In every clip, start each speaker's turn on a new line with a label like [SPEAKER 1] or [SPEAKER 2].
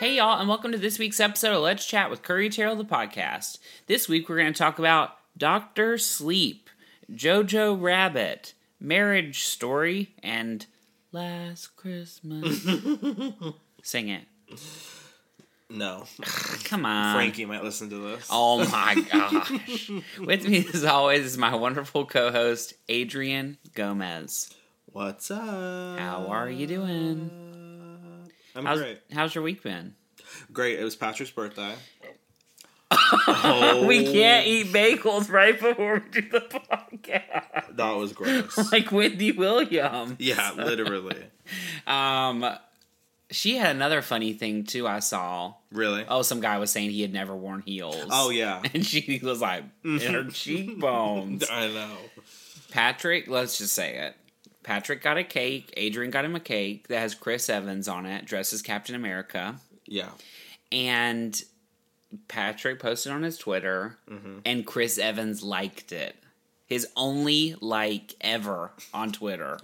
[SPEAKER 1] welcome to this week's episode of Let's Chat with Curry Terrell, the podcast. This week we're going to talk about Dr. Sleep, Jojo Rabbit, Marriage Story, and Last Christmas. Sing it.
[SPEAKER 2] No.
[SPEAKER 1] Come on.
[SPEAKER 2] Frankie might listen to this.
[SPEAKER 1] Oh my gosh. With me, as always, is my wonderful co host, Adrian Gomez.
[SPEAKER 2] What's up? How
[SPEAKER 1] How are you doing?
[SPEAKER 2] I'm
[SPEAKER 1] How's,
[SPEAKER 2] great.
[SPEAKER 1] how's your week been?
[SPEAKER 2] Great. It was Patrick's birthday. oh,
[SPEAKER 1] We can't eat bagels right before we do the podcast.
[SPEAKER 2] That was gross.
[SPEAKER 1] Like Wendy Williams.
[SPEAKER 2] yeah, literally.
[SPEAKER 1] Um, she had another funny thing too. I saw.
[SPEAKER 2] Really?
[SPEAKER 1] Oh, some guy was saying he had never worn heels.
[SPEAKER 2] Oh, yeah.
[SPEAKER 1] and she was like, in her cheekbones.
[SPEAKER 2] I know.
[SPEAKER 1] Patrick, let's just say it. Patrick got a cake. Adrian got him a cake that has Chris Evans on it, dressed as Captain America.
[SPEAKER 2] Yeah.
[SPEAKER 1] And Patrick posted on his Twitter, and Chris Evans liked it. His only like ever on Twitter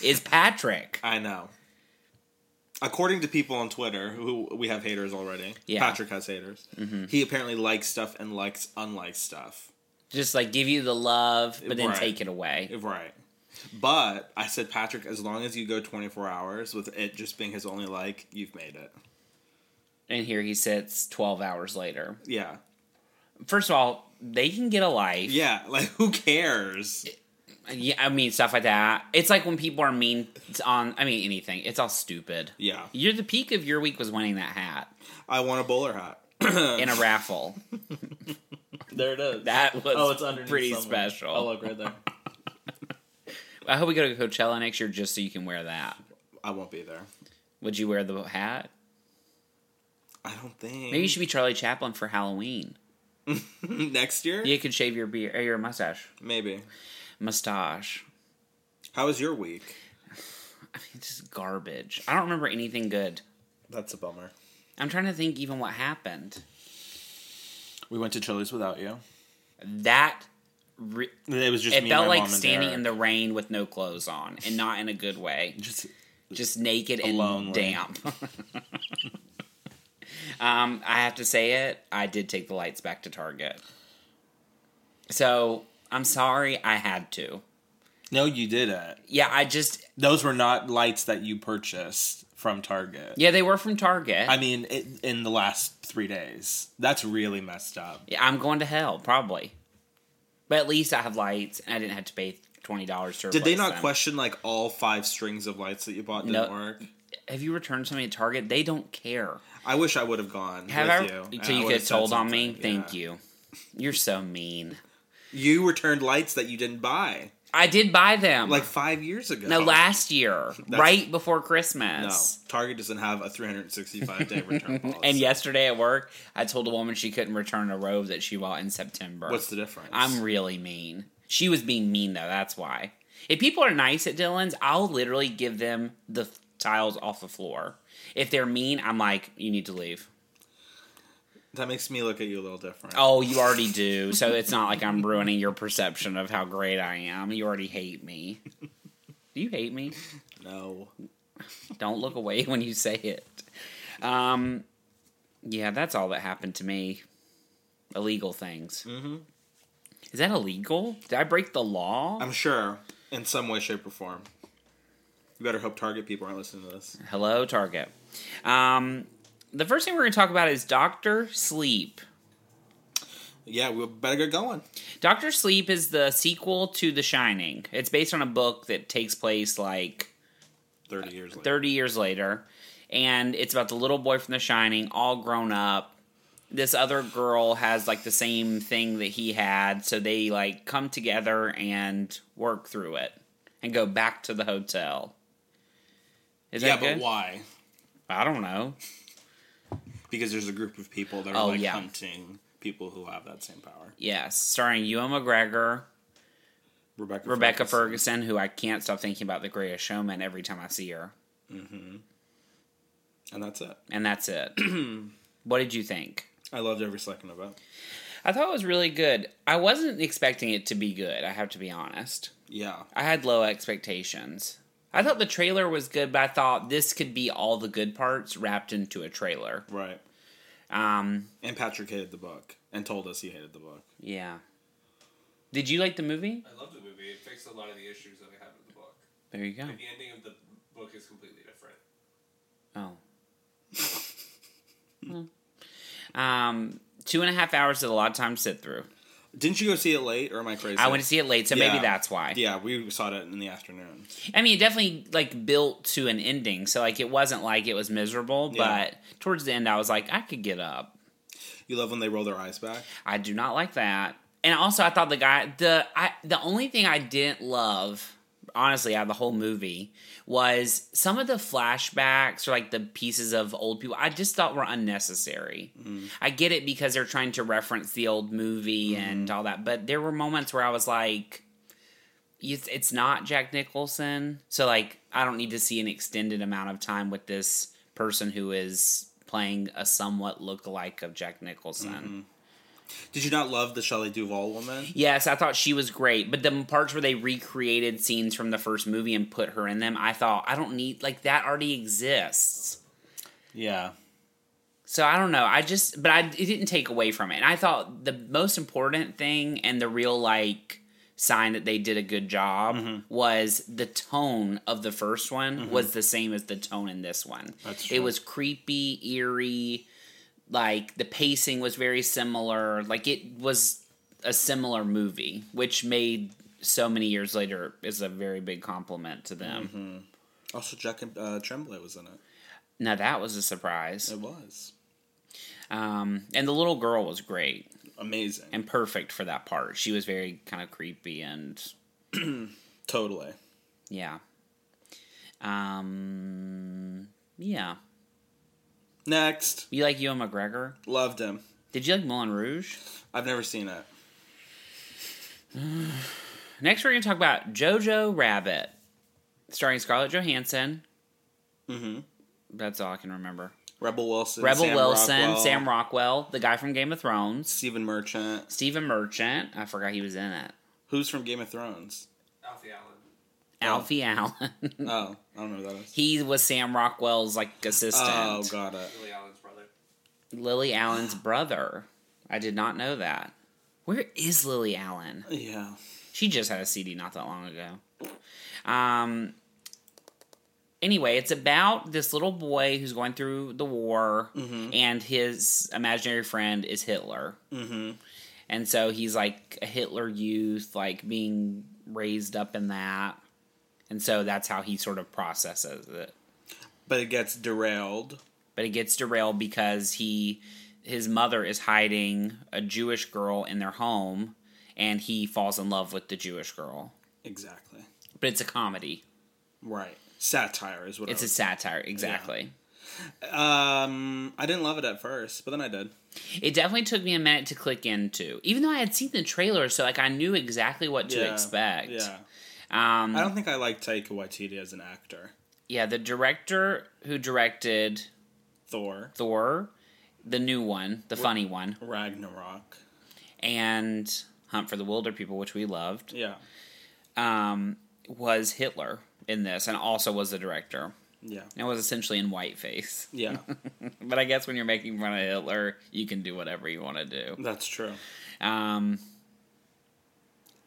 [SPEAKER 1] is Patrick.
[SPEAKER 2] I know. According to people on Twitter, who we have haters already.
[SPEAKER 1] Yeah. Mm-hmm.
[SPEAKER 2] Patrick has haters. He apparently likes stuff and likes unlikes stuff.
[SPEAKER 1] Just like give you the love, but then
[SPEAKER 2] Right.
[SPEAKER 1] take it away.
[SPEAKER 2] Right. But I said, Patrick, as long as you go 24 hours with it just being his only like, you've made it.
[SPEAKER 1] And here he sits 12 hours later.
[SPEAKER 2] Yeah.
[SPEAKER 1] First of all, they can get a life.
[SPEAKER 2] Yeah. Like, who cares?
[SPEAKER 1] Yeah, I mean stuff like that. It's like when people are mean on. I mean anything. It's all stupid.
[SPEAKER 2] Yeah.
[SPEAKER 1] You're the peak of your week was winning that hat
[SPEAKER 2] I want a bowler hat.
[SPEAKER 1] in a raffle.
[SPEAKER 2] There it is.
[SPEAKER 1] That was
[SPEAKER 2] Oh, underneath
[SPEAKER 1] pretty
[SPEAKER 2] somewhere.
[SPEAKER 1] special.
[SPEAKER 2] look right there.
[SPEAKER 1] I hope we go to Coachella next year just so you can wear that.
[SPEAKER 2] I won't be there.
[SPEAKER 1] Would you wear the hat?
[SPEAKER 2] I don't think.
[SPEAKER 1] Maybe you should be Charlie Chaplin for Halloween.
[SPEAKER 2] next year.
[SPEAKER 1] You could shave your beard or your mustache.
[SPEAKER 2] Maybe.
[SPEAKER 1] Mustache.
[SPEAKER 2] How was your week?
[SPEAKER 1] I mean, this is garbage. I don't remember anything good.
[SPEAKER 2] That's a bummer.
[SPEAKER 1] I'm trying to think even what happened.
[SPEAKER 2] We went to Chili's without you.
[SPEAKER 1] That re-
[SPEAKER 2] It was just
[SPEAKER 1] it
[SPEAKER 2] me
[SPEAKER 1] felt
[SPEAKER 2] and my
[SPEAKER 1] like
[SPEAKER 2] mom and
[SPEAKER 1] standing
[SPEAKER 2] Derek.
[SPEAKER 1] in the rain with no clothes on, and not in a good way.
[SPEAKER 2] Just
[SPEAKER 1] just naked
[SPEAKER 2] Alone.
[SPEAKER 1] and damp. um, I have to say it. I did take the lights back to Target, so I'm sorry I had to.
[SPEAKER 2] no, you didn't.
[SPEAKER 1] Yeah, I just
[SPEAKER 2] Those were not lights that you purchased from Target.
[SPEAKER 1] yeah they were from Target.
[SPEAKER 2] I
[SPEAKER 1] I'm,
[SPEAKER 2] mean, it, in the last three days, that's really messed up.
[SPEAKER 1] yeah, I'm going to hell probably, but at least I have lights and I didn't have to pay twenty dollars to.
[SPEAKER 2] Did they
[SPEAKER 1] replace
[SPEAKER 2] not
[SPEAKER 1] them.
[SPEAKER 2] question like all five strings of lights that you bought didn't
[SPEAKER 1] No.
[SPEAKER 2] work?
[SPEAKER 1] Have you returned something at Target? They don't care.
[SPEAKER 2] I wish I would have gone
[SPEAKER 1] Have
[SPEAKER 2] with
[SPEAKER 1] I?
[SPEAKER 2] you. and
[SPEAKER 1] so
[SPEAKER 2] I
[SPEAKER 1] you
[SPEAKER 2] would
[SPEAKER 1] could
[SPEAKER 2] have
[SPEAKER 1] have
[SPEAKER 2] said
[SPEAKER 1] told on me.
[SPEAKER 2] something.
[SPEAKER 1] Thank
[SPEAKER 2] Yeah.
[SPEAKER 1] you. You're so mean.
[SPEAKER 2] You returned lights that you didn't buy
[SPEAKER 1] I did buy them.
[SPEAKER 2] like five years ago.
[SPEAKER 1] No, last year, right before
[SPEAKER 2] No,
[SPEAKER 1] Christmas.
[SPEAKER 2] Target doesn't have a 365 day return policy.
[SPEAKER 1] And yesterday at work, I told a woman she couldn't return a robe that she bought in September.
[SPEAKER 2] what's the difference?
[SPEAKER 1] I'm really mean. She was being mean though. That's why. If people are nice at Dylan's, I'll literally give them the tiles off the floor. If they're mean, I'm like, you need to leave.
[SPEAKER 2] that makes me look at you a little different.
[SPEAKER 1] Oh, you already do. So it's not like I'm ruining your perception of how great I am. You already hate me. Do you hate me?
[SPEAKER 2] no,
[SPEAKER 1] Don't look away when you say it. Um, yeah, that's all that happened to me. Illegal things. Mm-hmm. Is that illegal? Did I break the law?
[SPEAKER 2] I'm sure in some way, shape, or form. You better hope Target people aren't listening to this.
[SPEAKER 1] Hello, Target. Um, the first thing we're going to talk about is Doctor Sleep.
[SPEAKER 2] Yeah, we better get going.
[SPEAKER 1] Doctor Sleep is the sequel to The Shining. It's based on a book that takes place like Uh,
[SPEAKER 2] 30 years later.
[SPEAKER 1] 30 years later and it's about the little boy from the shining all grown up this other girl has like the same thing that he had so they like come together and work through it and go back to the hotel is
[SPEAKER 2] yeah,
[SPEAKER 1] that
[SPEAKER 2] but
[SPEAKER 1] good?
[SPEAKER 2] why?
[SPEAKER 1] i don't know
[SPEAKER 2] Because there's a group of people that are
[SPEAKER 1] Oh,
[SPEAKER 2] like
[SPEAKER 1] yeah.
[SPEAKER 2] hunting people who have that same power.
[SPEAKER 1] yes starring ewan mcgregor
[SPEAKER 2] Rebecca
[SPEAKER 1] rebecca
[SPEAKER 2] Ferguson.
[SPEAKER 1] ferguson. who i can't stop thinking about the greatest showman every time i see her
[SPEAKER 2] And that's it.
[SPEAKER 1] and that's it what did you think
[SPEAKER 2] I loved every second of it.
[SPEAKER 1] i thought it was really good i wasn't expecting it to be good i have to be honest
[SPEAKER 2] Yeah.
[SPEAKER 1] I had low expectations. I thought the trailer was good, but I thought this could be all the good parts wrapped into a trailer.
[SPEAKER 2] Right.
[SPEAKER 1] Um,
[SPEAKER 2] And Patrick hated the book and told us he hated the book.
[SPEAKER 1] yeah. Did you like the movie?
[SPEAKER 3] I love the movie. It fixed a lot of the issues that I have with the book.
[SPEAKER 1] There you go.
[SPEAKER 3] Like, the ending of the book is completely different.
[SPEAKER 1] Oh. um, two and a half hours is a lot of time to sit through.
[SPEAKER 2] Didn't you go see it late, or am I crazy?
[SPEAKER 1] I went to see it late, so maybe
[SPEAKER 2] Yeah.
[SPEAKER 1] that's why.
[SPEAKER 2] Yeah, we saw it in the afternoon.
[SPEAKER 1] I mean, it definitely like built to an ending, so like it wasn't like it was miserable,
[SPEAKER 2] Yeah.
[SPEAKER 1] but towards the end, I was like, I could get up.
[SPEAKER 2] You love when they roll their eyes back.
[SPEAKER 1] I do not like that. And also, I thought the guy the I the only thing I didn't love, honestly, out of the whole movie was some of the flashbacks or like the pieces of old people. I just thought were unnecessary. I get it because they're trying to reference the old movie and all that, but there were moments where I was like. It's, it's not Jack Nicholson. So, like, I don't need to see an extended amount of time with this person who is playing a somewhat look-alike of Jack Nicholson.
[SPEAKER 2] Did you not love the Shelley Duvall woman?
[SPEAKER 1] Yes, I thought she was great, but the parts where they recreated scenes from the first movie and put her in them, I thought I don't need like that already exists.
[SPEAKER 2] Yeah.
[SPEAKER 1] So I don't know. I just but I it didn't take away from it. And I thought the most important thing and the real like sign that they did a good job
[SPEAKER 2] Mm-hmm.
[SPEAKER 1] was the tone of the first one was the same as the tone in this one.
[SPEAKER 2] That's
[SPEAKER 1] It
[SPEAKER 2] true.
[SPEAKER 1] was creepy, eerie, like the pacing was very similar. Like it was a similar movie, which made so many years later is a very big compliment to them.
[SPEAKER 2] Mm-hmm. Also, Jack uh, Tremblay was in it.
[SPEAKER 1] Now that was a surprise.
[SPEAKER 2] It was
[SPEAKER 1] Um, and the little girl was great.
[SPEAKER 2] amazing.
[SPEAKER 1] and perfect for that part. She was very kind of creepy and
[SPEAKER 2] totally.
[SPEAKER 1] yeah. Um yeah.
[SPEAKER 2] Next,
[SPEAKER 1] You like Ewan McGregor?
[SPEAKER 2] loved him.
[SPEAKER 1] Did you like Moulin Rouge?
[SPEAKER 2] I've never seen it.
[SPEAKER 1] Next we're gonna talk about Jojo Rabbit. Starring Scarlett Johansson.
[SPEAKER 2] Mm-hmm.
[SPEAKER 1] That's all I can remember.
[SPEAKER 2] Rebel Wilson.
[SPEAKER 1] Rebel
[SPEAKER 2] Sam
[SPEAKER 1] Wilson,
[SPEAKER 2] Rockwell,
[SPEAKER 1] Sam Rockwell, the guy from Game of Thrones,
[SPEAKER 2] Stephen Merchant.
[SPEAKER 1] Stephen Merchant. I forgot he was in it.
[SPEAKER 2] Who's from Game of Thrones?
[SPEAKER 3] Alfie Allen.
[SPEAKER 1] Alfie Allen.
[SPEAKER 2] Oh, I don't know who that is.
[SPEAKER 1] he was Sam Rockwell's like assistant.
[SPEAKER 2] Oh, got it.
[SPEAKER 3] Lily Allen's brother.
[SPEAKER 1] Lily Allen's brother. I did not know that. Where is Lily Allen?
[SPEAKER 2] Yeah.
[SPEAKER 1] She just had a CD not that long ago. Um anyway, it's about this little boy who's going through the war and his imaginary friend is Hitler.
[SPEAKER 2] Mm-hmm.
[SPEAKER 1] And so he's like a Hitler youth, like being raised up in that. And so that's how he sort of processes it.
[SPEAKER 2] But it gets derailed.
[SPEAKER 1] but it gets derailed because he his mother is hiding a Jewish girl in their home and he falls in love with the Jewish girl.
[SPEAKER 2] Exactly.
[SPEAKER 1] But it's a comedy.
[SPEAKER 2] Right. Satire is what
[SPEAKER 1] It's
[SPEAKER 2] it's.
[SPEAKER 1] a satire, exactly.
[SPEAKER 2] um, I didn't love it at first, but then I did.
[SPEAKER 1] It definitely took me a minute to click into. Even though I had seen the trailer, so like I knew exactly what to
[SPEAKER 2] Yeah.
[SPEAKER 1] expect.
[SPEAKER 2] Yeah.
[SPEAKER 1] Um
[SPEAKER 2] I don't think I like Taika Waititi as an actor.
[SPEAKER 1] yeah, the director who directed
[SPEAKER 2] Thor,
[SPEAKER 1] Thor, the new one, the funny one,
[SPEAKER 2] Ragnarok.
[SPEAKER 1] and Hunt for the Wilder People, which we loved.
[SPEAKER 2] Yeah.
[SPEAKER 1] um, was Hitler in this, and also was the director.
[SPEAKER 2] Yeah.
[SPEAKER 1] And was essentially in whiteface.
[SPEAKER 2] Yeah.
[SPEAKER 1] But I guess when you're making fun of Hitler, you can do whatever you want to do.
[SPEAKER 2] That's true.
[SPEAKER 1] Um,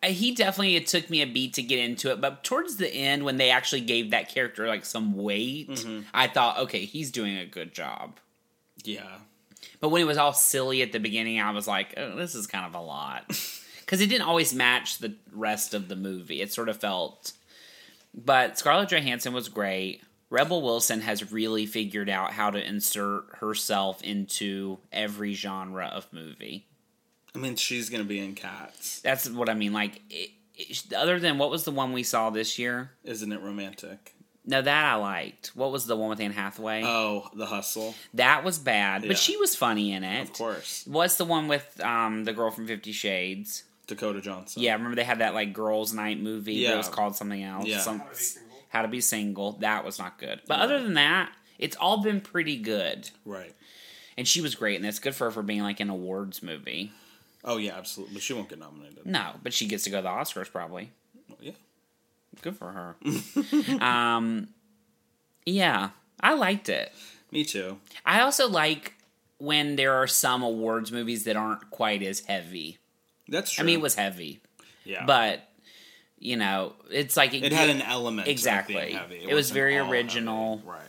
[SPEAKER 1] uh, he definitely it took me a beat to get into it, but towards the end, when they actually gave that character like some weight, I thought, okay, he's doing a good job.
[SPEAKER 2] Yeah.
[SPEAKER 1] But when it was all silly at the beginning, I was like, oh, this is kind of a lot. Because it didn't always match the rest of the movie. It sort of felt. But Scarlett Johansson was great. Rebel Wilson has really figured out how to insert herself into every genre of movie.
[SPEAKER 2] I mean, she's going to be in Cats.
[SPEAKER 1] That's what I mean. Like, it, it, other than what was the one we saw this year?
[SPEAKER 2] Isn't it romantic?
[SPEAKER 1] No, that I liked. What was the one with Anne Hathaway?
[SPEAKER 2] Oh, The Hustle.
[SPEAKER 1] that was bad,
[SPEAKER 2] Yeah.
[SPEAKER 1] but she was funny in it.
[SPEAKER 2] Of course.
[SPEAKER 1] What's the one with um, the girl from Fifty Shades?
[SPEAKER 2] Dakota Johnson.
[SPEAKER 1] Yeah, remember they had that like girls' night movie that
[SPEAKER 2] Yeah.
[SPEAKER 1] was called something else.
[SPEAKER 2] Yeah.
[SPEAKER 1] Some,
[SPEAKER 3] How to be single.
[SPEAKER 1] how to be single. That was not good. But other than that, it's all been pretty good.
[SPEAKER 2] Right.
[SPEAKER 1] And she was great, and that's good for her for being like an awards movie.
[SPEAKER 2] Oh, yeah, absolutely. But she won't get nominated.
[SPEAKER 1] No, but she gets to go to the Oscars probably.
[SPEAKER 2] Yeah.
[SPEAKER 1] Good for her. um, yeah, I liked it.
[SPEAKER 2] Me too.
[SPEAKER 1] I also like when there are some awards movies that aren't quite as heavy.
[SPEAKER 2] That's true.
[SPEAKER 1] I mean, it was heavy,
[SPEAKER 2] yeah,
[SPEAKER 1] but you know, it's like
[SPEAKER 2] it had an element
[SPEAKER 1] Exactly.
[SPEAKER 2] Of being heavy.
[SPEAKER 1] It was
[SPEAKER 2] wasn't
[SPEAKER 1] very
[SPEAKER 2] all
[SPEAKER 1] original.
[SPEAKER 2] heavy. right?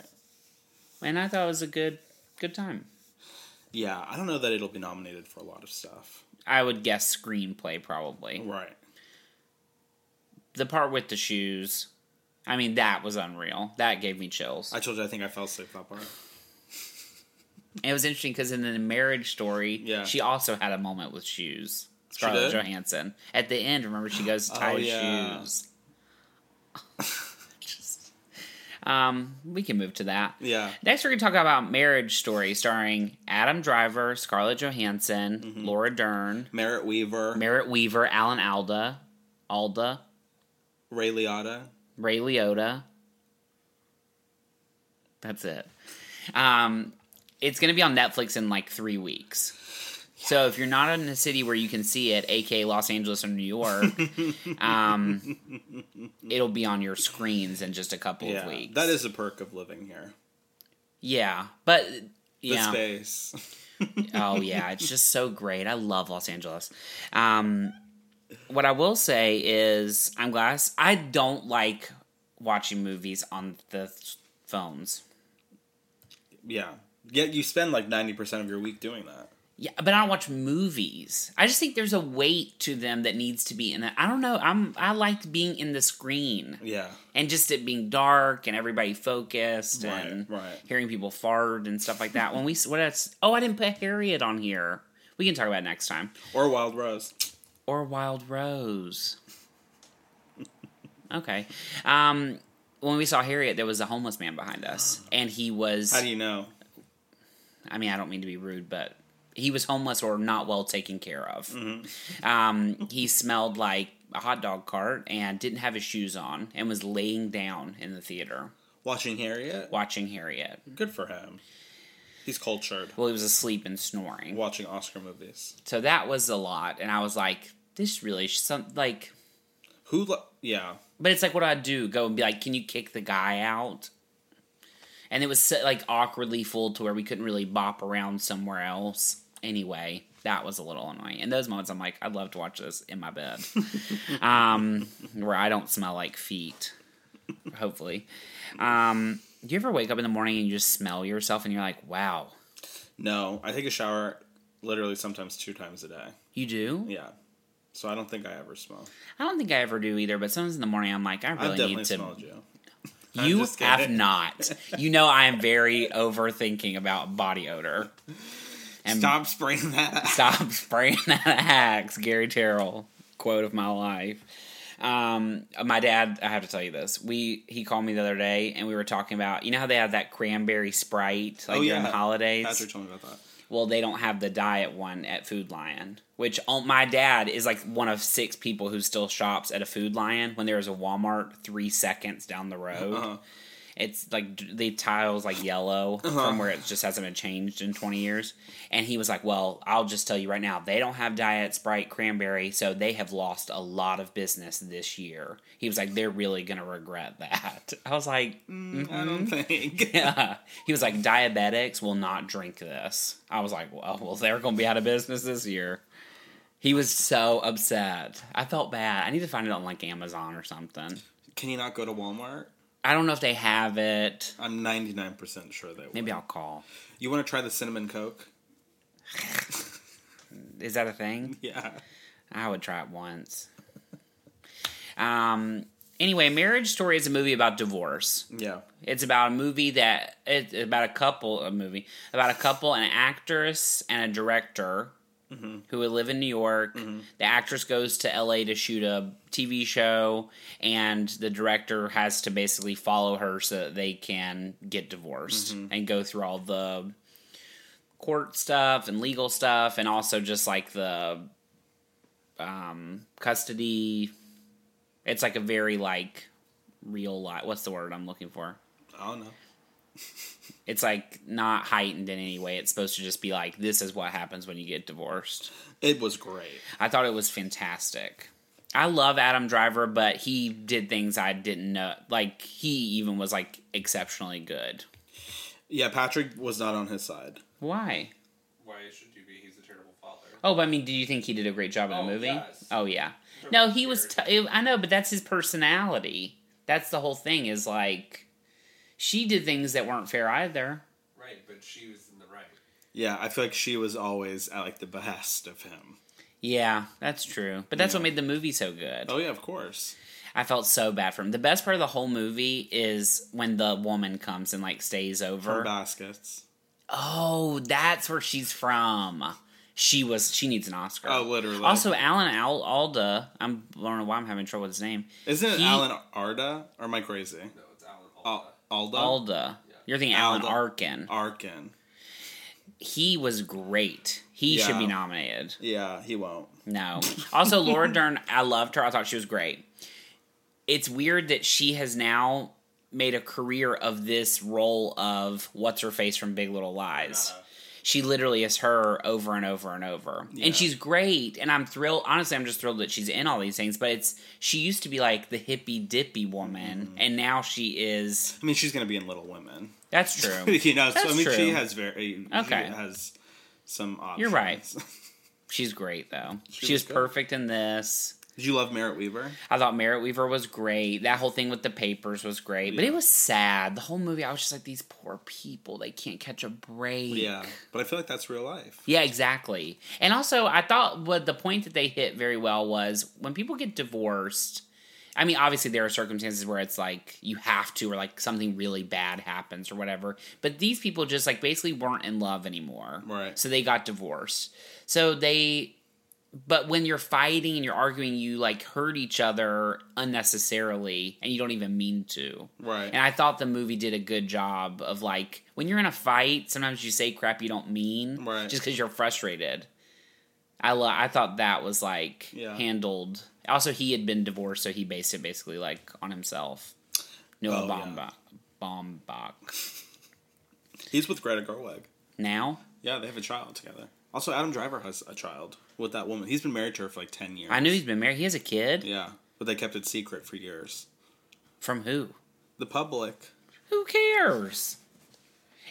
[SPEAKER 1] and I thought it was a good good time.
[SPEAKER 2] Yeah, I don't know that it'll be nominated for a lot of stuff.
[SPEAKER 1] I would guess screenplay probably.
[SPEAKER 2] Right.
[SPEAKER 1] The part with the shoes, I mean, that was unreal. That gave me chills.
[SPEAKER 2] I told you I think I fell asleep that part.
[SPEAKER 1] And it was interesting because in the marriage story,
[SPEAKER 2] Yeah.
[SPEAKER 1] she also had a moment with shoes.
[SPEAKER 2] She
[SPEAKER 1] Scarlett
[SPEAKER 2] did?
[SPEAKER 1] Johansson. At the end, remember she goes to tie
[SPEAKER 2] Oh,
[SPEAKER 1] the
[SPEAKER 2] yeah.
[SPEAKER 1] shoes. Just- um, we can move to that.
[SPEAKER 2] Yeah.
[SPEAKER 1] Next, we're going to talk about Marriage Story, starring Adam Driver, Scarlett Johansson,
[SPEAKER 2] Mm-hmm.
[SPEAKER 1] Laura Dern,
[SPEAKER 2] Merritt Weaver,
[SPEAKER 1] Merritt Weaver, Alan Alda, Alda,
[SPEAKER 2] Ray Liotta.
[SPEAKER 1] Ray Liotta. That's it. Um, it's going to be on Netflix in like three weeks. So if you're not in a city where you can see it, aka Los Angeles or New York, um, it'll be on your screens in just a couple
[SPEAKER 2] Yeah,
[SPEAKER 1] of weeks.
[SPEAKER 2] that is a perk of living here.
[SPEAKER 1] yeah, but
[SPEAKER 2] The
[SPEAKER 1] yeah,
[SPEAKER 2] space.
[SPEAKER 1] oh yeah, it's just so great. I love Los Angeles. Um, what I will say is, I'm glad I s- I don't like watching movies on the th- phones.
[SPEAKER 2] Yeah. Yet you spend like ninety percent of your week doing that.
[SPEAKER 1] Yeah, but I don't watch movies. I just think there's a weight to them that needs to be in it. I don't know. I'm I liked being in the screen
[SPEAKER 2] Yeah.
[SPEAKER 1] and just it being dark and everybody focused
[SPEAKER 2] Right,
[SPEAKER 1] and
[SPEAKER 2] right.
[SPEAKER 1] hearing people fart and stuff like that. When we s- what else? Oh, I didn't put Harriet on here. We can talk about it next time.
[SPEAKER 2] Or Wild Rose.
[SPEAKER 1] or Wild Rose. okay. Um, when we saw Harriet, there was a homeless man behind us, and he was.
[SPEAKER 2] How do you know?
[SPEAKER 1] I mean, I don't mean to be rude, but he was homeless or not well taken care of. Um, he smelled like a hot dog cart and didn't have his shoes on and was laying down in the theater
[SPEAKER 2] Watching Harriet.
[SPEAKER 1] watching Harriet.
[SPEAKER 2] Good for him. He's cultured.
[SPEAKER 1] Well, he was asleep and snoring.
[SPEAKER 2] Watching Oscar movies.
[SPEAKER 1] so that was a lot, and I was like, "This really sh- some like."
[SPEAKER 2] Who? Lo- yeah.
[SPEAKER 1] But it's like, what do I do? Go and be like, can you kick the guy out? And it was so, like awkwardly full to where we couldn't really bop around somewhere else. Anyway, that was a little annoying. In those moments, I'm like, I'd love to watch this in my bed, um, where I don't smell like feet. Hopefully, um, do you ever wake up in the morning and you just smell yourself and you're like, wow,
[SPEAKER 2] No. I take a shower literally sometimes two times a day.
[SPEAKER 1] you do?
[SPEAKER 2] Yeah. So I don't think I ever smell.
[SPEAKER 1] I don't think I ever do either. But sometimes in the morning, I'm like, I
[SPEAKER 2] I've
[SPEAKER 1] really
[SPEAKER 2] definitely
[SPEAKER 1] need to
[SPEAKER 2] smelled you. I'm
[SPEAKER 1] You
[SPEAKER 2] just
[SPEAKER 1] have
[SPEAKER 2] kidding.
[SPEAKER 1] not. You know I am very overthinking about body odor. And
[SPEAKER 2] Stop spraying that.
[SPEAKER 1] stop spraying that axe, Gary Terrell quote of my life. Um, my dad, I have to tell you this. We he called me the other day and we were talking about you know how they have that cranberry sprite like
[SPEAKER 2] Oh,
[SPEAKER 1] during the
[SPEAKER 2] yeah.
[SPEAKER 1] holidays.
[SPEAKER 2] Patrick told me about that.
[SPEAKER 1] Well, they don't have the diet one at Food Lion, which oh, my dad is like one of six people who still shops at a Food Lion when there is a Walmart three seconds down the road.
[SPEAKER 2] Uh-huh.
[SPEAKER 1] It's like d- the tiles like yellow from where it just hasn't been changed in 20 years. And he was like, Well, I'll just tell you right now, they don't have Diet Sprite Cranberry, so they have lost a lot of business this year. He was like, They're really going to regret that. I was like,
[SPEAKER 2] Mm, I don't think.
[SPEAKER 1] yeah. He was like, diabetics will not drink this. I was like, well, well they're going to be out of business this year. He was so upset. I felt bad. I need to find it on like Amazon or something.
[SPEAKER 2] Can you not go to Walmart?
[SPEAKER 1] I don't know if they have it.
[SPEAKER 2] I'm 99% sure they will.
[SPEAKER 1] Maybe I'll call.
[SPEAKER 2] You want to try the cinnamon coke?
[SPEAKER 1] Is that a thing?
[SPEAKER 2] Yeah.
[SPEAKER 1] I would try it once. Um. Anyway, Marriage Story is a movie about divorce.
[SPEAKER 2] Yeah.
[SPEAKER 1] It's about a movie that it's about a couple, a movie about a couple, an actress and a director who would live in New York. The actress goes to L.A. to shoot a TV show, and the director has to basically follow her so that they can get divorced and go through all the court stuff and legal stuff, and also just like the um, custody. It's like a very like real life. What's the word I'm looking for?
[SPEAKER 2] I don't know.
[SPEAKER 1] It's like not heightened in any way. It's supposed to just be like this is what happens when you get divorced.
[SPEAKER 2] It was great.
[SPEAKER 1] I thought it was fantastic. I love Adam Driver, but he did things I didn't know. Like he even was like exceptionally good.
[SPEAKER 2] Yeah, Patrick was not on his side.
[SPEAKER 1] Why?
[SPEAKER 3] why should you be? He's a terrible father.
[SPEAKER 1] Oh, but I mean, do you think he did a great job in
[SPEAKER 3] Oh,
[SPEAKER 1] the movie?
[SPEAKER 3] yes.
[SPEAKER 1] Oh yeah.
[SPEAKER 3] Sure,
[SPEAKER 1] No, he was.
[SPEAKER 3] sure.
[SPEAKER 1] T- I know, but that's his personality. That's the whole thing. Is like, she did things that weren't fair either.
[SPEAKER 3] right, but she was in the right.
[SPEAKER 2] Yeah, I feel like she was always at like the behest of him.
[SPEAKER 1] Yeah, that's true. But that's
[SPEAKER 2] Yeah.
[SPEAKER 1] what made the movie so good.
[SPEAKER 2] Oh yeah, of course.
[SPEAKER 1] I felt so bad for him. The best part of the whole movie is when the woman comes and like stays
[SPEAKER 2] Her
[SPEAKER 1] over.
[SPEAKER 2] baskets.
[SPEAKER 1] Oh, that's where she's from. She was. She needs an Oscar.
[SPEAKER 2] Oh, literally.
[SPEAKER 1] also, Alan Al- Alda. I'm I don't know why I'm having trouble with his name.
[SPEAKER 2] isn't it
[SPEAKER 1] he-
[SPEAKER 2] Alan Arda or am I crazy?
[SPEAKER 3] No, it's Alan
[SPEAKER 2] Al- Alda.
[SPEAKER 3] Alda.
[SPEAKER 1] Alda.
[SPEAKER 3] Yeah.
[SPEAKER 1] You're thinking Alan
[SPEAKER 2] Oh. Alda.
[SPEAKER 1] Arkin.
[SPEAKER 2] Arkin.
[SPEAKER 1] He was great. He
[SPEAKER 2] Yeah.
[SPEAKER 1] should be nominated.
[SPEAKER 2] Yeah, he won't.
[SPEAKER 1] No. Also, Laura Dern, I loved her. I thought she was great. It's weird that she has now made a career of this role of what's her face from Big Little Lies.
[SPEAKER 3] Not a-
[SPEAKER 1] She literally is her over and over and over.
[SPEAKER 2] Yeah.
[SPEAKER 1] And she's great. And I'm thrilled. Honestly, I'm just thrilled that she's in all these things. But it's, she used to be like the hippy dippy woman.
[SPEAKER 2] Mm-hmm.
[SPEAKER 1] And now she is,
[SPEAKER 2] I mean, she's gonna be in Little Women.
[SPEAKER 1] that's true.
[SPEAKER 2] you know, so I
[SPEAKER 1] Um, That's
[SPEAKER 2] mean, she
[SPEAKER 1] true.
[SPEAKER 2] has very.
[SPEAKER 1] Okay.
[SPEAKER 2] She has some options.
[SPEAKER 1] You're right. she's great though. She,
[SPEAKER 2] She was
[SPEAKER 1] was
[SPEAKER 2] good.
[SPEAKER 1] perfect in this.
[SPEAKER 2] Did you love Merritt Weaver?
[SPEAKER 1] I thought Merritt Weaver was great. That whole thing with the papers was great, but
[SPEAKER 2] Yeah.
[SPEAKER 1] it was sad. The whole movie, I was just like, these poor people, they can't catch a break.
[SPEAKER 2] Yeah, but I feel like that's real life.
[SPEAKER 1] Yeah, exactly. And also, I thought what the point that they hit very well was when people get divorced. I mean, obviously, there are circumstances where it's like you have to, or like something really bad happens, or whatever. But these people just like basically weren't in love anymore.
[SPEAKER 2] Right.
[SPEAKER 1] So they got divorced. So they, but when you're fighting and you're arguing, you like hurt each other unnecessarily and you don't even mean to.
[SPEAKER 2] Right.
[SPEAKER 1] And I thought the movie did a good job of like when you're in a fight, sometimes you say crap you don't mean,
[SPEAKER 2] Right.
[SPEAKER 1] just because you're frustrated. I lo- I thought that was like
[SPEAKER 2] Yeah.
[SPEAKER 1] handled. Also, he had been divorced, so he based it basically like on himself. Noah
[SPEAKER 2] Oh, yeah.
[SPEAKER 1] Baumbach. Baumbach.
[SPEAKER 2] He's with Greta Gerwig.
[SPEAKER 1] Now
[SPEAKER 2] Yeah, they have a child together. Also, Adam Driver has a child with that woman. He's been married to her for like ten years.
[SPEAKER 1] I knew he's been married. He has a kid
[SPEAKER 2] Yeah, but they kept it secret for years.
[SPEAKER 1] from who?
[SPEAKER 2] The public.
[SPEAKER 1] Who cares?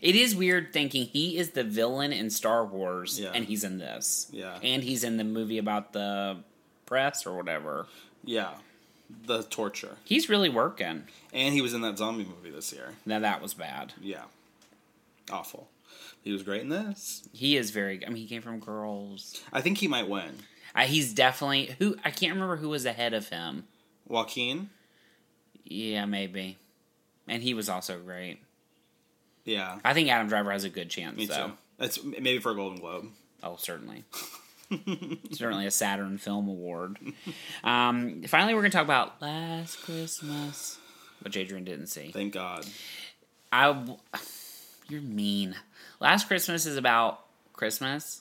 [SPEAKER 1] It is weird thinking he is the villain in Star Wars
[SPEAKER 2] Yeah.
[SPEAKER 1] and he's in this.
[SPEAKER 2] Yeah.
[SPEAKER 1] And he's in the movie about the press or whatever.
[SPEAKER 2] Yeah, the torture.
[SPEAKER 1] He's really working.
[SPEAKER 2] And he was in that zombie movie this year.
[SPEAKER 1] Now that was bad.
[SPEAKER 2] Yeah, awful. He was great in this.
[SPEAKER 1] He is very. I mean, he came from Girls.
[SPEAKER 2] I think he might win.
[SPEAKER 1] Uh, he's definitely who. I can't remember who was ahead of him.
[SPEAKER 2] Joaquin.
[SPEAKER 1] Yeah, maybe. And he was also great.
[SPEAKER 2] Yeah,
[SPEAKER 1] I think Adam Driver has a good chance,
[SPEAKER 2] me
[SPEAKER 1] though.
[SPEAKER 2] too. It's maybe for a Golden Globe.
[SPEAKER 1] Oh, certainly. certainly a Saturn Film Award. Um, finally, we're going to talk about Last Christmas, which Adrian didn't see.
[SPEAKER 2] Thank God.
[SPEAKER 1] I. w- You're mean. Last Christmas is about Christmas.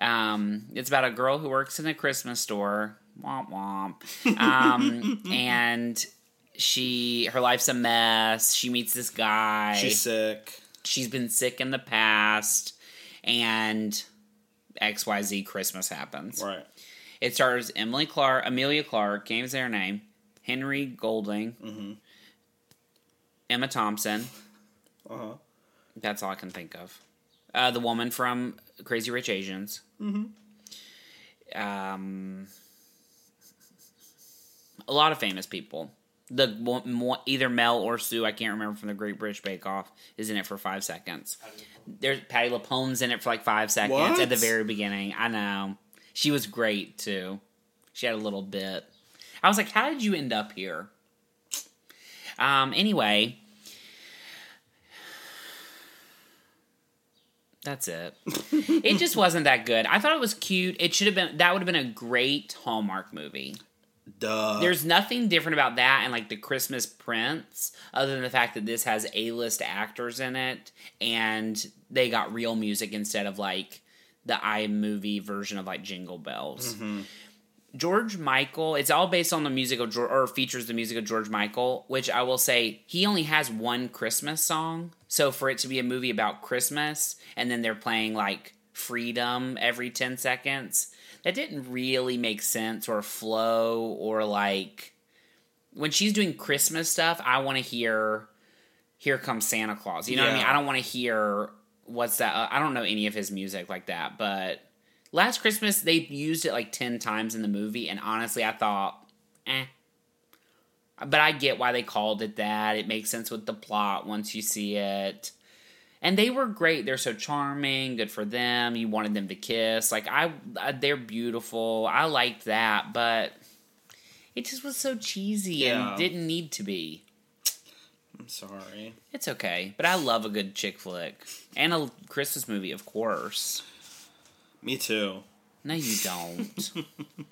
[SPEAKER 1] Um, it's about a girl who works in a Christmas store. Womp womp. Um, and she, her life's a mess. She meets this guy.
[SPEAKER 2] She's sick.
[SPEAKER 1] she's been sick in the past, and X Y Z Christmas happens.
[SPEAKER 2] Right.
[SPEAKER 1] It stars Emily Clark, Amelia Clark, game's their name, Henry Golding,
[SPEAKER 2] Mm-hmm.
[SPEAKER 1] Emma Thompson.
[SPEAKER 2] Uh huh.
[SPEAKER 1] That's all I can think of. Uh, the woman from Crazy Rich Asians. Mm-hmm. Um, a lot of famous people. The wo- mo- either Mel or Sue, I can't remember from the Great British Bake Off, is in it for five seconds. There's Patty LaPone's in it for like five seconds
[SPEAKER 2] What?
[SPEAKER 1] at the very beginning. I know she was great too. She had a little bit. I was like, how did you end up here? Um. Anyway, That's it. it just wasn't that good. I thought it was cute. It should have been that would have been a great Hallmark movie.
[SPEAKER 2] Duh.
[SPEAKER 1] There's nothing different about that and like the Christmas Prince other than the fact that this has A-list actors in it and they got real music instead of like the iMovie version of like Jingle Bells. George Michael, it's all based on the music of Geor or features the music of George Michael, which I will say he only has one Christmas song. So for it to be a movie about Christmas and then they're playing like Freedom every 10 seconds, that didn't really make sense or flow or like when she's doing Christmas stuff, I want to hear here comes Santa Claus. You know what I mean?
[SPEAKER 2] Yeah.
[SPEAKER 1] I don't want to hear what's that? uh, I don't know any of his music like that, but Last Christmas they used it like 10 times in the movie and honestly I thought eh. But I get why they called it that. It makes sense with the plot once you see it. And they were great. They're so charming. Good for them. You wanted them to kiss. Like I, I they're beautiful. I liked that, but it just was so cheesy
[SPEAKER 2] Yeah.
[SPEAKER 1] and didn't need to be.
[SPEAKER 2] I'm sorry.
[SPEAKER 1] It's okay, but I love a good chick flick and a Christmas movie, of course.
[SPEAKER 2] Me too.
[SPEAKER 1] No, you don't.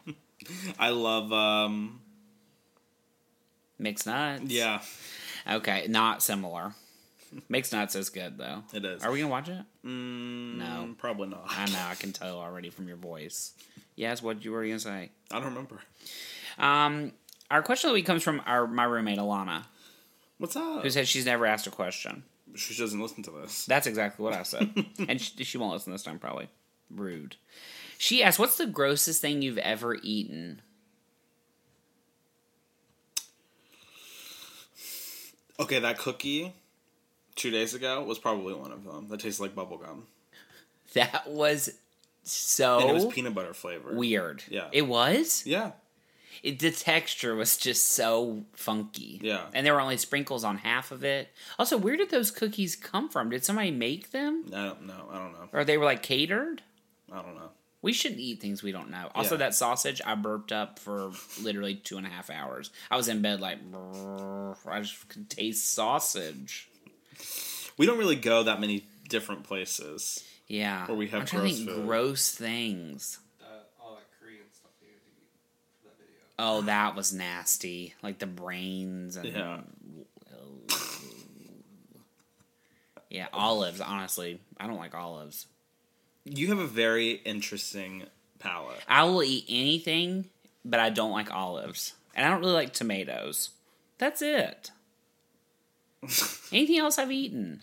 [SPEAKER 2] I love. um
[SPEAKER 1] Mixed nuts.
[SPEAKER 2] Yeah,
[SPEAKER 1] Okay, not similar. Mixed nuts is good though.
[SPEAKER 2] it is.
[SPEAKER 1] Are we gonna watch it?
[SPEAKER 2] Mm,
[SPEAKER 1] No.
[SPEAKER 2] probably not.
[SPEAKER 1] I know. I can tell already from your voice. Yes, what you were gonna say.
[SPEAKER 2] I don't remember.
[SPEAKER 1] Um, our question of the week comes from our my roommate Alana,
[SPEAKER 2] What's up?
[SPEAKER 1] who said she's never asked a question.
[SPEAKER 2] she doesn't listen to this.
[SPEAKER 1] That's exactly what I said. and she, she won't listen this time, probably. Rude. She asked, What's the grossest thing you've ever eaten?
[SPEAKER 2] Okay, that cookie two days ago was probably one of them. That tastes like bubblegum.
[SPEAKER 1] That was so
[SPEAKER 2] And it was peanut butter flavored.
[SPEAKER 1] weird.
[SPEAKER 2] Yeah.
[SPEAKER 1] It was?
[SPEAKER 2] yeah.
[SPEAKER 1] It, the texture was just so funky.
[SPEAKER 2] Yeah.
[SPEAKER 1] And there were only sprinkles on half of it. Also, where did those cookies come from? Did somebody make them?
[SPEAKER 2] I don't know. I don't know.
[SPEAKER 1] Or they were like catered?
[SPEAKER 2] I don't know.
[SPEAKER 1] We shouldn't eat things we don't know. Also,
[SPEAKER 2] Yeah.
[SPEAKER 1] that sausage I burped up for literally two and a half hours. I was in bed like, "Brrr," I just could taste sausage.
[SPEAKER 2] We don't really go that many different places.
[SPEAKER 1] Yeah.
[SPEAKER 2] Or we have
[SPEAKER 1] I'm trying to
[SPEAKER 2] gross
[SPEAKER 1] think
[SPEAKER 2] food.
[SPEAKER 1] gross things.
[SPEAKER 3] That, all that Korean stuff that you had to eat for that video.
[SPEAKER 1] Oh, that was nasty. Like the brains and
[SPEAKER 2] Yeah.
[SPEAKER 1] Yeah, olives. Honestly, I don't like olives.
[SPEAKER 2] You have a very interesting palate.
[SPEAKER 1] I will eat anything, but I don't like olives, and I don't really like tomatoes. That's it. Anything else I've eaten,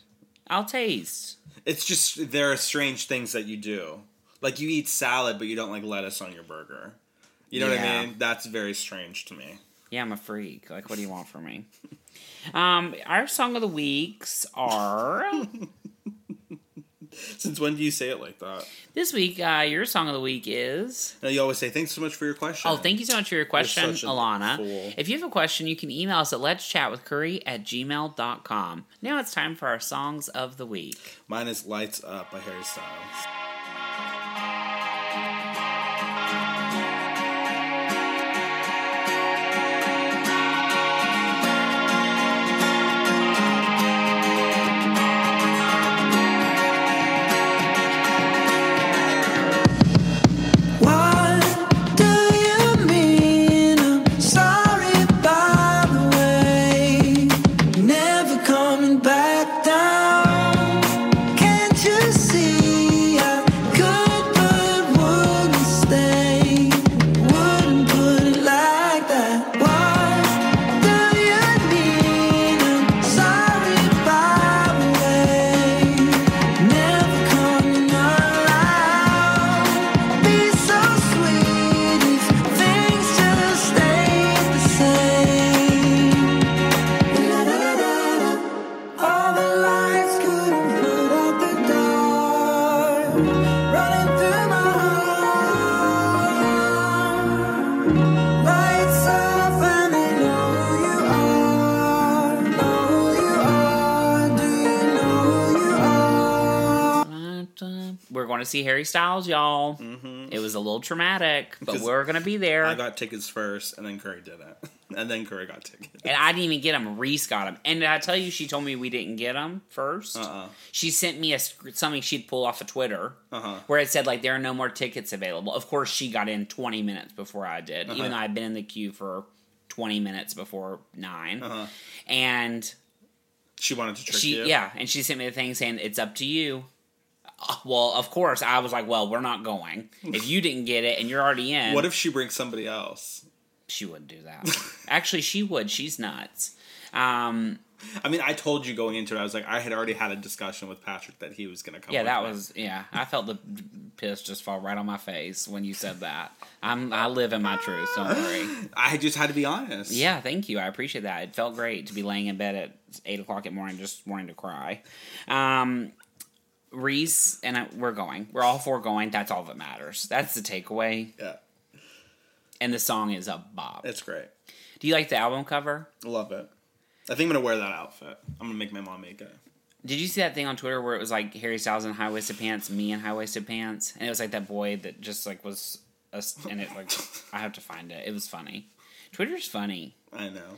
[SPEAKER 1] I'll taste.
[SPEAKER 2] It's just there are strange things that you do. Like you eat salad but you don't like lettuce on your burger. You know what
[SPEAKER 1] Yeah.
[SPEAKER 2] I mean? That's very strange to me.
[SPEAKER 1] Yeah, I'm a freak. Like, what do you want from me? Um, our song of the weeks are.
[SPEAKER 2] Since when do you say it like that?
[SPEAKER 1] This week, uh, your song of the week is.
[SPEAKER 2] Now you always say thanks so much for your question.
[SPEAKER 1] Oh, thank you so much for your question,
[SPEAKER 2] such an
[SPEAKER 1] Alana.
[SPEAKER 2] fool.
[SPEAKER 1] If you have a question, you can email us at let's chat with curry at gmail.com. Now it's time for our songs of the week.
[SPEAKER 2] Mine is Lights Up by Harry Styles.
[SPEAKER 4] What do you mean? I'm sorry by the way. Never coming back down. Can't you see I could but wouldn't stay? Wouldn't put it like that. What do you mean? I'm sorry by the way. Never coming around. Be so sweet if things just stay the same. All the lights couldn't put out the dark, running through my heart. Lights off and I know you are, know you are. Do you know you are?
[SPEAKER 1] We're going to see Harry Styles, y'all. Mm-hmm. It was a little traumatic, but
[SPEAKER 2] Because
[SPEAKER 1] we're going to be there.
[SPEAKER 2] I got tickets first, and then Curry did it, and then Curry got tickets.
[SPEAKER 1] and I didn't even get them. Reese got them. And did I tell you she told me we didn't get them 1st
[SPEAKER 2] Uh-uh.
[SPEAKER 1] She sent me a sc- something she'd pull off of Twitter
[SPEAKER 2] Uh-huh.
[SPEAKER 1] where it said like there are no more tickets available. Of course, she got in 20 minutes before I did,
[SPEAKER 2] Uh-huh.
[SPEAKER 1] even though I'd been in the queue for 20 minutes before 9
[SPEAKER 2] Uh-huh.
[SPEAKER 1] And
[SPEAKER 2] She wanted to trick
[SPEAKER 1] she
[SPEAKER 2] you.
[SPEAKER 1] yeah, and she sent me the thing saying it's up to you. Uh, Well, of course, I was like, "Well, we're not going. If you didn't get it and you're already in,
[SPEAKER 2] What if she brings somebody else?
[SPEAKER 1] she wouldn't do that? Actually, she would. She's nuts. Um,
[SPEAKER 2] I mean, I told you going into it. I was like, I had already had a discussion with Patrick that he was going to come.
[SPEAKER 1] Yeah,
[SPEAKER 2] with
[SPEAKER 1] that
[SPEAKER 2] me.
[SPEAKER 1] was yeah. I felt the piss just fall right on my face when you said that. I'm I live in my truth. Don't worry.
[SPEAKER 2] I just had to be honest.
[SPEAKER 1] Yeah, thank you. I appreciate that. It felt great to be laying in bed at eight o'clock at morning, just wanting to cry. Um, Reese and I, we're going. We're all four going. That's all that matters. That's the takeaway.
[SPEAKER 2] Yeah,
[SPEAKER 1] And the song is a bop.
[SPEAKER 2] it's great.
[SPEAKER 1] Do you like the album cover?
[SPEAKER 2] I love it. I think I'm gonna wear that outfit. I'm gonna make my mom make it.
[SPEAKER 1] Did you see that thing on Twitter where it was like Harry Styles in high waisted pants, me in high waisted pants, and it was like that boy that just like was, a, s- and it like I have to find it. It was funny. Twitter's funny,
[SPEAKER 2] I know.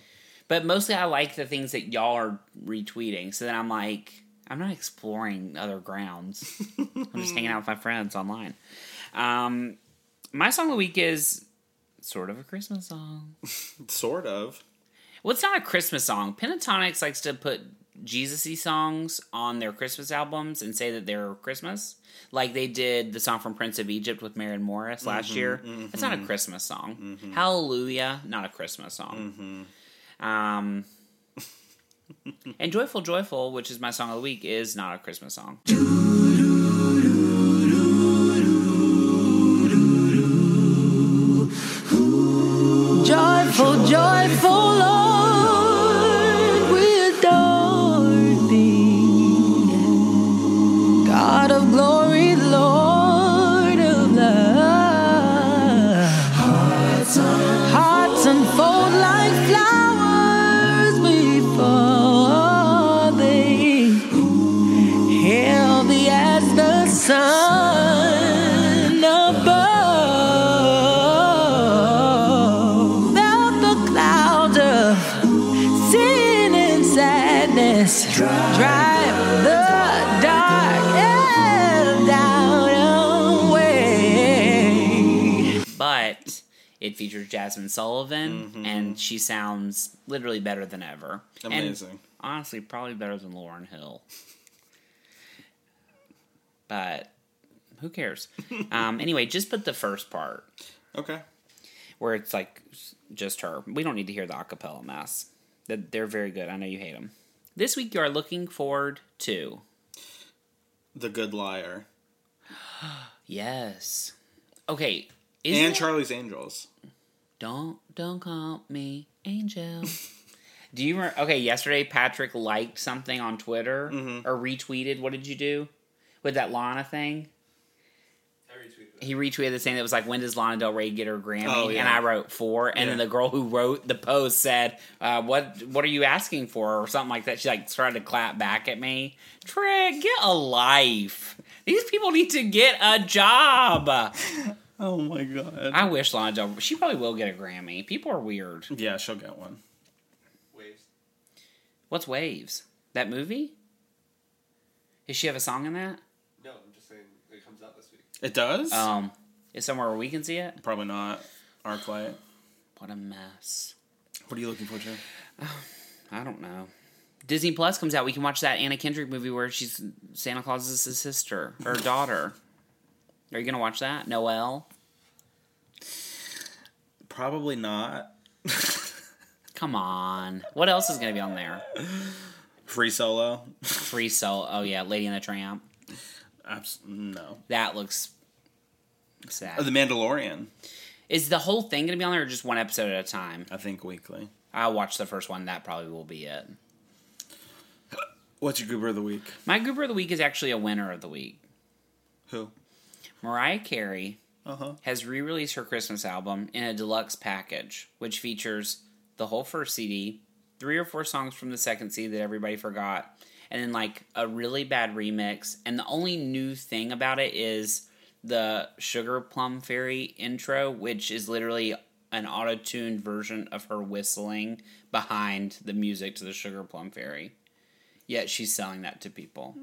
[SPEAKER 1] but mostly I like the things that y'all are retweeting. So then I'm like, I'm not exploring other grounds. I'm just hanging out with my friends online. Um, my song of the week is sort of a Christmas song.
[SPEAKER 2] Sort of.
[SPEAKER 1] Well, it's not a Christmas song. Pentatonics likes to put Jesus-y songs on their Christmas albums and say that they're Christmas. Like they did the song from Prince of Egypt with Maren Morris last year. It's not a Christmas song. Hallelujah, not a Christmas song. Um, and Joyful Joyful, which is my song of the week, is not a Christmas song.
[SPEAKER 5] Joyful, joyful Lord, we adore thee. God of glory, Lord of love. Hearts unfold like flowers before thee. Healthy as the sun above. Melt the clouds of sin and sadness. Drive the dark and doubt away.
[SPEAKER 1] But it features Jasmine Sullivan, and she sounds literally better than ever. And
[SPEAKER 2] Amazing.
[SPEAKER 1] honestly, probably better than Lauren Hill. But who cares? um, anyway, just put the first part
[SPEAKER 2] okay.
[SPEAKER 1] where it's like s- just her. We don't need to hear the acapella mess. That they're very good. I know you hate them. This week you are looking forward to
[SPEAKER 2] The Good Liar
[SPEAKER 1] yes. Okay, is
[SPEAKER 2] and
[SPEAKER 1] it-
[SPEAKER 2] Charlie's Angels.
[SPEAKER 1] Don't don't call me angel. do you remember? Okay, yesterday Patrick liked something on Twitter
[SPEAKER 2] Mm-hmm.
[SPEAKER 1] or retweeted. What did you do with that Lana thing?
[SPEAKER 3] I retweeted it.
[SPEAKER 1] He retweeted the thing that was like, "When does Lana Del Rey get her Grammy?"
[SPEAKER 2] Oh, yeah.
[SPEAKER 1] And I wrote four, and then
[SPEAKER 2] Yeah.
[SPEAKER 1] the girl who wrote the post said, uh, "What What are you asking for?" or something like that. She like tried to clap back at me. Trick, get a life. These people need to get a job.
[SPEAKER 2] Oh my god.
[SPEAKER 1] I wish Lana Del. She probably will get a Grammy. People are weird.
[SPEAKER 2] yeah, she'll get one.
[SPEAKER 3] Waves.
[SPEAKER 1] What's Waves? That movie? Does she have a song in that?
[SPEAKER 3] No, I'm just saying it comes out this week.
[SPEAKER 2] It does.
[SPEAKER 1] Um, is somewhere where we can see it?
[SPEAKER 2] Probably not. ArcLight.
[SPEAKER 1] What a mess.
[SPEAKER 2] What are you looking for, Jim?
[SPEAKER 1] I don't know. Disney Plus comes out. We can watch that Anna Kendrick movie where she's Santa Claus's sister or daughter. Are you gonna watch that, Noelle?
[SPEAKER 2] Probably not.
[SPEAKER 1] Come on. What else is gonna be on there?
[SPEAKER 2] Free Solo.
[SPEAKER 1] Free Soul. Oh yeah, Lady and the Tramp.
[SPEAKER 2] Abs- no.
[SPEAKER 1] That looks
[SPEAKER 2] Oh, the
[SPEAKER 1] sad.
[SPEAKER 2] Mandalorian.
[SPEAKER 1] Is the whole thing gonna be on there, or just one episode at a time?
[SPEAKER 2] I think weekly.
[SPEAKER 1] I'll watch the first one. That probably will be it.
[SPEAKER 2] What's your goober of the week?
[SPEAKER 1] My goober of the week is actually a winner of the week.
[SPEAKER 2] Who?
[SPEAKER 1] Mariah Carey
[SPEAKER 2] Uh huh.
[SPEAKER 1] has re released her Christmas album in a deluxe package, which features the whole first CD, three or four songs from the second CD that everybody forgot, and then like a really bad remix. And the only new thing about it is the Sugar Plum Fairy intro, which is literally an auto tuned version of her whistling behind the music to the Sugar Plum Fairy. Yet she's selling that to people.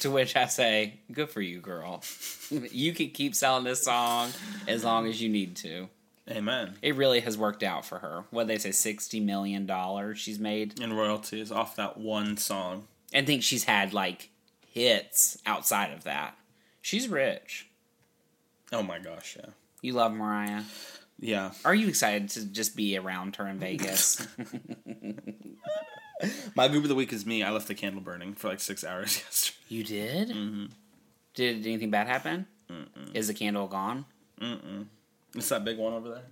[SPEAKER 1] To which I say, good for you, girl. you can keep selling this song as long as you need to.
[SPEAKER 2] Amen.
[SPEAKER 1] It really has worked out for her. What they say, $60 million she's made.
[SPEAKER 2] And royalties off that one song.
[SPEAKER 1] And think she's had like hits outside of that. She's rich.
[SPEAKER 2] Oh my gosh, yeah.
[SPEAKER 1] You love Mariah.
[SPEAKER 2] Yeah.
[SPEAKER 1] Are you excited to just be around her in Vegas?
[SPEAKER 2] My goober of the week is me. I left the candle burning for like six hours yesterday.
[SPEAKER 1] you did? Mm-hmm. Did anything bad happen? Is the candle gone?
[SPEAKER 2] It's that big one over there.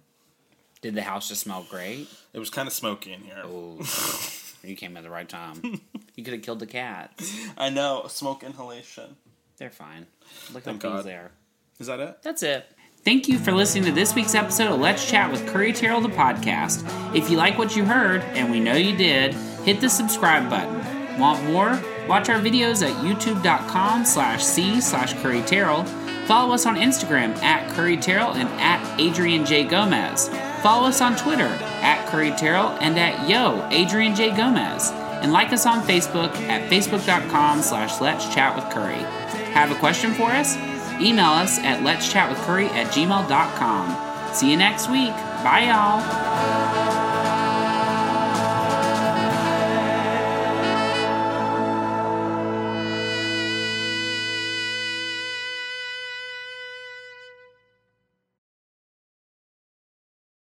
[SPEAKER 1] Did the house just smell great?
[SPEAKER 2] It was kind of smoky in here.
[SPEAKER 1] Ooh, you came at the right time. you could have killed the cats.
[SPEAKER 2] I know. Smoke inhalation.
[SPEAKER 1] They're fine. Look
[SPEAKER 2] Thank
[SPEAKER 1] how cool
[SPEAKER 2] God.
[SPEAKER 1] they are.
[SPEAKER 2] Is that it?
[SPEAKER 1] That's it. Thank you for listening to this week's episode of Let's Chat with Curry Terrell, the podcast. If you like what you heard, and we know you did, hit the subscribe button. Want more? Watch our videos at youtube.com slash C slash Curry Terrell. Follow us on Instagram at Curry Terrell and at Adrian J. Gomez. Follow us on Twitter at Curry Terrell and at Yo, Adrian J. Gomez. And like us on Facebook at facebook.com slash Let's Chat with Curry. Have a question for us? Email us at let's chat with curry at gmail.com. See you next week. Bye, y'all.
[SPEAKER 4] I